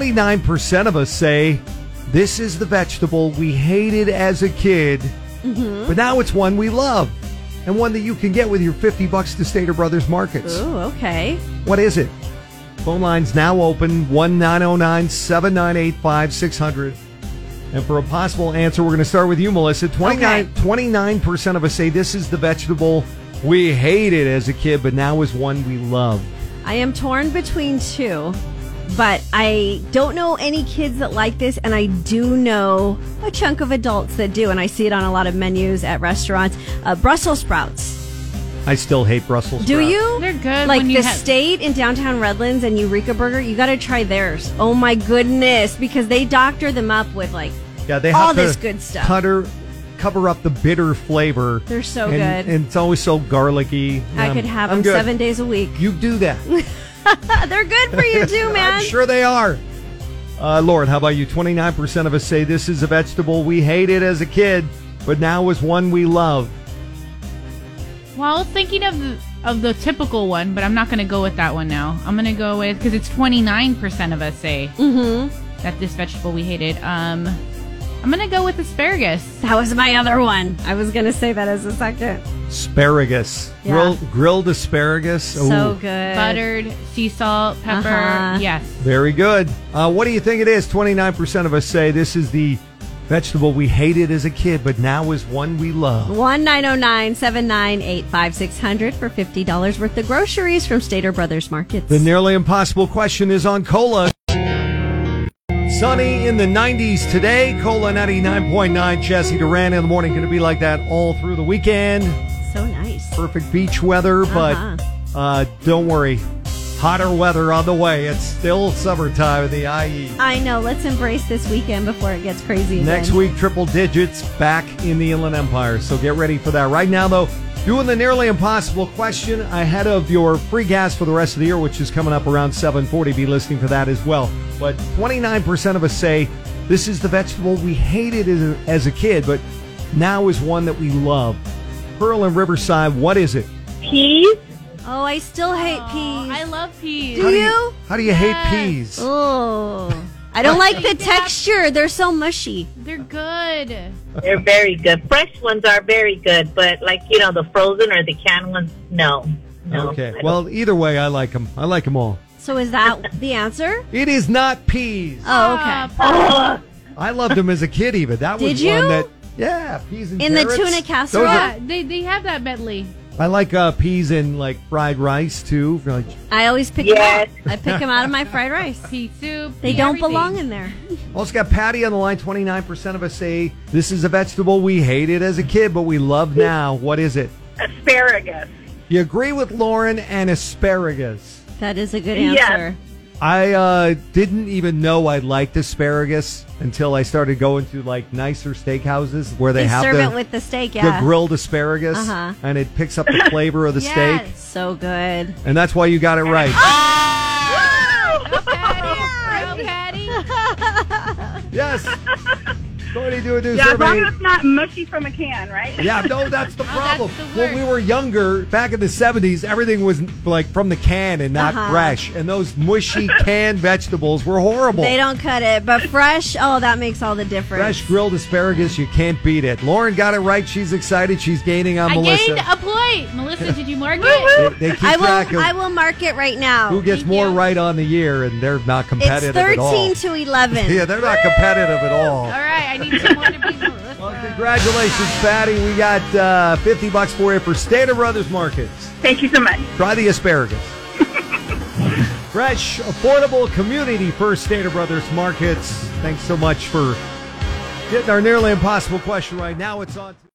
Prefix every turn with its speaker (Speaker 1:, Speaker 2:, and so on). Speaker 1: 29% of us say this is the vegetable we hated as a kid,
Speaker 2: Mm-hmm.
Speaker 1: but now it's one we love and one that you can get with your 50 bucks to Stater Brothers Markets.
Speaker 2: Ooh, okay.
Speaker 1: What is it? Phone lines now open 1 909 798 5600. And for a possible answer, we're going to start with you, Melissa. 29,
Speaker 2: Okay.
Speaker 1: 29% of us say this is the vegetable we hated as a kid, but now is one we love.
Speaker 2: I am torn between two, but I don't know any kids that like this, and I do know a chunk of adults that do, and I see it on a lot of menus at restaurants. Uh, Brussels sprouts.
Speaker 1: I still hate Brussels
Speaker 2: Do
Speaker 1: sprouts.
Speaker 2: you?
Speaker 3: They're good
Speaker 2: Like
Speaker 3: when
Speaker 2: the
Speaker 3: you have-
Speaker 2: state in downtown Redlands and Eureka Burger, you got to try theirs. Oh my goodness, because they doctor them up with like
Speaker 1: Yeah, they have
Speaker 2: all
Speaker 1: to
Speaker 2: this good stuff.
Speaker 1: Cutter, cover up the bitter flavor.
Speaker 2: They're so
Speaker 1: and,
Speaker 2: good.
Speaker 1: and it's always so garlicky.
Speaker 2: I
Speaker 1: Um,
Speaker 2: could have
Speaker 1: I'm
Speaker 2: them
Speaker 1: good.
Speaker 2: seven days a week.
Speaker 1: You do that.
Speaker 2: They're good for you too, man.
Speaker 1: I'm sure they are. Uh, Lauren, how about you? Twenty nine percent of us say this is a vegetable we hated as a kid, but now is one we love.
Speaker 3: Well, I was thinking of the, of the typical one, but I'm not going to go with that one now. I'm going to go with because it's 29% of us say
Speaker 2: Mm-hmm.
Speaker 3: that this vegetable we hated. Um, I'm going to go with asparagus.
Speaker 2: That was my other one. I was gonna say that as a second.
Speaker 1: Asparagus,
Speaker 2: Yeah.
Speaker 1: grilled, grilled asparagus.
Speaker 2: So
Speaker 1: Ooh,
Speaker 2: good.
Speaker 3: Buttered, sea salt, pepper.
Speaker 2: Uh-huh.
Speaker 3: Yes.
Speaker 1: Very good. Uh, what do you think it is? Twenty nine percent of us say this is the vegetable we hated as a kid, but now is one we love.
Speaker 2: One nine zero nine seven nine eight five six hundred for fifty dollars worth of groceries from Stater Brothers Markets.
Speaker 1: The nearly impossible question is on cola. Sunny in the 90s today. Cola 99.9. Jesse Duran in the morning. Going to be like that all through the weekend.
Speaker 2: so nice.
Speaker 1: Perfect beach weather, but uh don't worry. Hotter weather on the way. It's still summertime in the E. IE.
Speaker 2: I know. Let's embrace this weekend before it gets crazy. Again.
Speaker 1: Next week, triple digits back in the Inland Empire. So get ready for that. Right now, though, doing the nearly impossible question ahead of your free gas for the rest of the year, which is coming up around 740. Be listening for that as well. But 29% of us say this is the vegetable we hated as a, as a kid, but now is one that we love. Pearl and Riverside, what is it?
Speaker 4: peas.
Speaker 2: Oh, I still hate
Speaker 3: I
Speaker 2: peas.
Speaker 3: love peas.
Speaker 2: Do
Speaker 1: How do
Speaker 2: you?
Speaker 1: you, how do you
Speaker 3: Yes.
Speaker 1: hate peas?
Speaker 2: Oh, I don't like the texture. They're so mushy.
Speaker 3: They're good.
Speaker 4: They're very good. Fresh ones are very good, but like you know, the frozen or the canned ones, no. No. I
Speaker 1: Okay.
Speaker 4: don't-
Speaker 1: Well, either way, I like them. I like them all.
Speaker 2: So is that the answer?
Speaker 1: It is not peas.
Speaker 2: Oh,
Speaker 3: Uh,
Speaker 2: okay.
Speaker 1: I loved them as a kid. Even that was
Speaker 2: Did you?
Speaker 1: one that yeah, peas and
Speaker 2: In the
Speaker 1: carrots.
Speaker 2: tuna casserole?
Speaker 1: Those are-
Speaker 3: yeah, they, they have that medley.
Speaker 1: I like uh, peas and like fried rice too. For, like-
Speaker 2: I always pick
Speaker 4: Yes.
Speaker 2: them out. I pick them out of my fried rice.
Speaker 3: Pea soup.
Speaker 2: They
Speaker 3: pea
Speaker 2: don't
Speaker 3: everything.
Speaker 2: belong in there.
Speaker 1: also got Patty on the line. Twenty nine percent of us say this is a vegetable we hated as a kid, but we love now. What is it?
Speaker 4: asparagus.
Speaker 1: You agree with Lauren and asparagus?
Speaker 2: That is a good
Speaker 4: Yes.
Speaker 2: answer.
Speaker 1: I uh, didn't even know I liked asparagus until I started going to like nicer steakhouses where they,
Speaker 2: They
Speaker 1: have
Speaker 2: serve
Speaker 1: the,
Speaker 2: it with the steak.
Speaker 1: the
Speaker 2: Yeah.
Speaker 1: grilled asparagus,
Speaker 2: Uh-huh.
Speaker 1: and it picks up the flavor of the
Speaker 3: Yes.
Speaker 1: steak,
Speaker 2: So good.
Speaker 1: and that's why you got it right.
Speaker 3: Patty, no, Patty.
Speaker 1: Yes. What do you do? do
Speaker 5: Yeah, as long
Speaker 1: survey.
Speaker 5: as it's not mushy from a can, right?
Speaker 1: Yeah, no, that's
Speaker 2: Oh,
Speaker 1: the problem.
Speaker 3: the
Speaker 1: when we were younger, back in the 70s, everything was like from the can and not
Speaker 2: Uh-huh.
Speaker 1: fresh. And those mushy canned vegetables were horrible.
Speaker 2: They don't cut it, but fresh. Oh, that makes all the difference.
Speaker 1: fresh grilled asparagus, you can't beat it. Lauren got it right. She's excited. She's gaining on
Speaker 3: I
Speaker 1: Melissa.
Speaker 3: gained a point. Melissa, did you mark it?
Speaker 1: they, they keep
Speaker 2: I
Speaker 1: track
Speaker 2: will.
Speaker 1: of
Speaker 2: I will mark it right now.
Speaker 1: who gets
Speaker 3: Thank
Speaker 1: more
Speaker 3: you.
Speaker 1: right on the year, and they're not
Speaker 2: It's
Speaker 1: competitive at all.
Speaker 2: thirteen to eleven.
Speaker 1: yeah, they're not competitive at all.
Speaker 3: All right, I need two more to be Melissa.
Speaker 1: Well, congratulations, Patty. We got uh, 50 bucks for you for Stater Brothers Markets.
Speaker 5: Thank you so much.
Speaker 1: Try the asparagus. Fresh, affordable community first Stater Brothers Markets. Thanks so much for getting our nearly impossible question right now. It's on.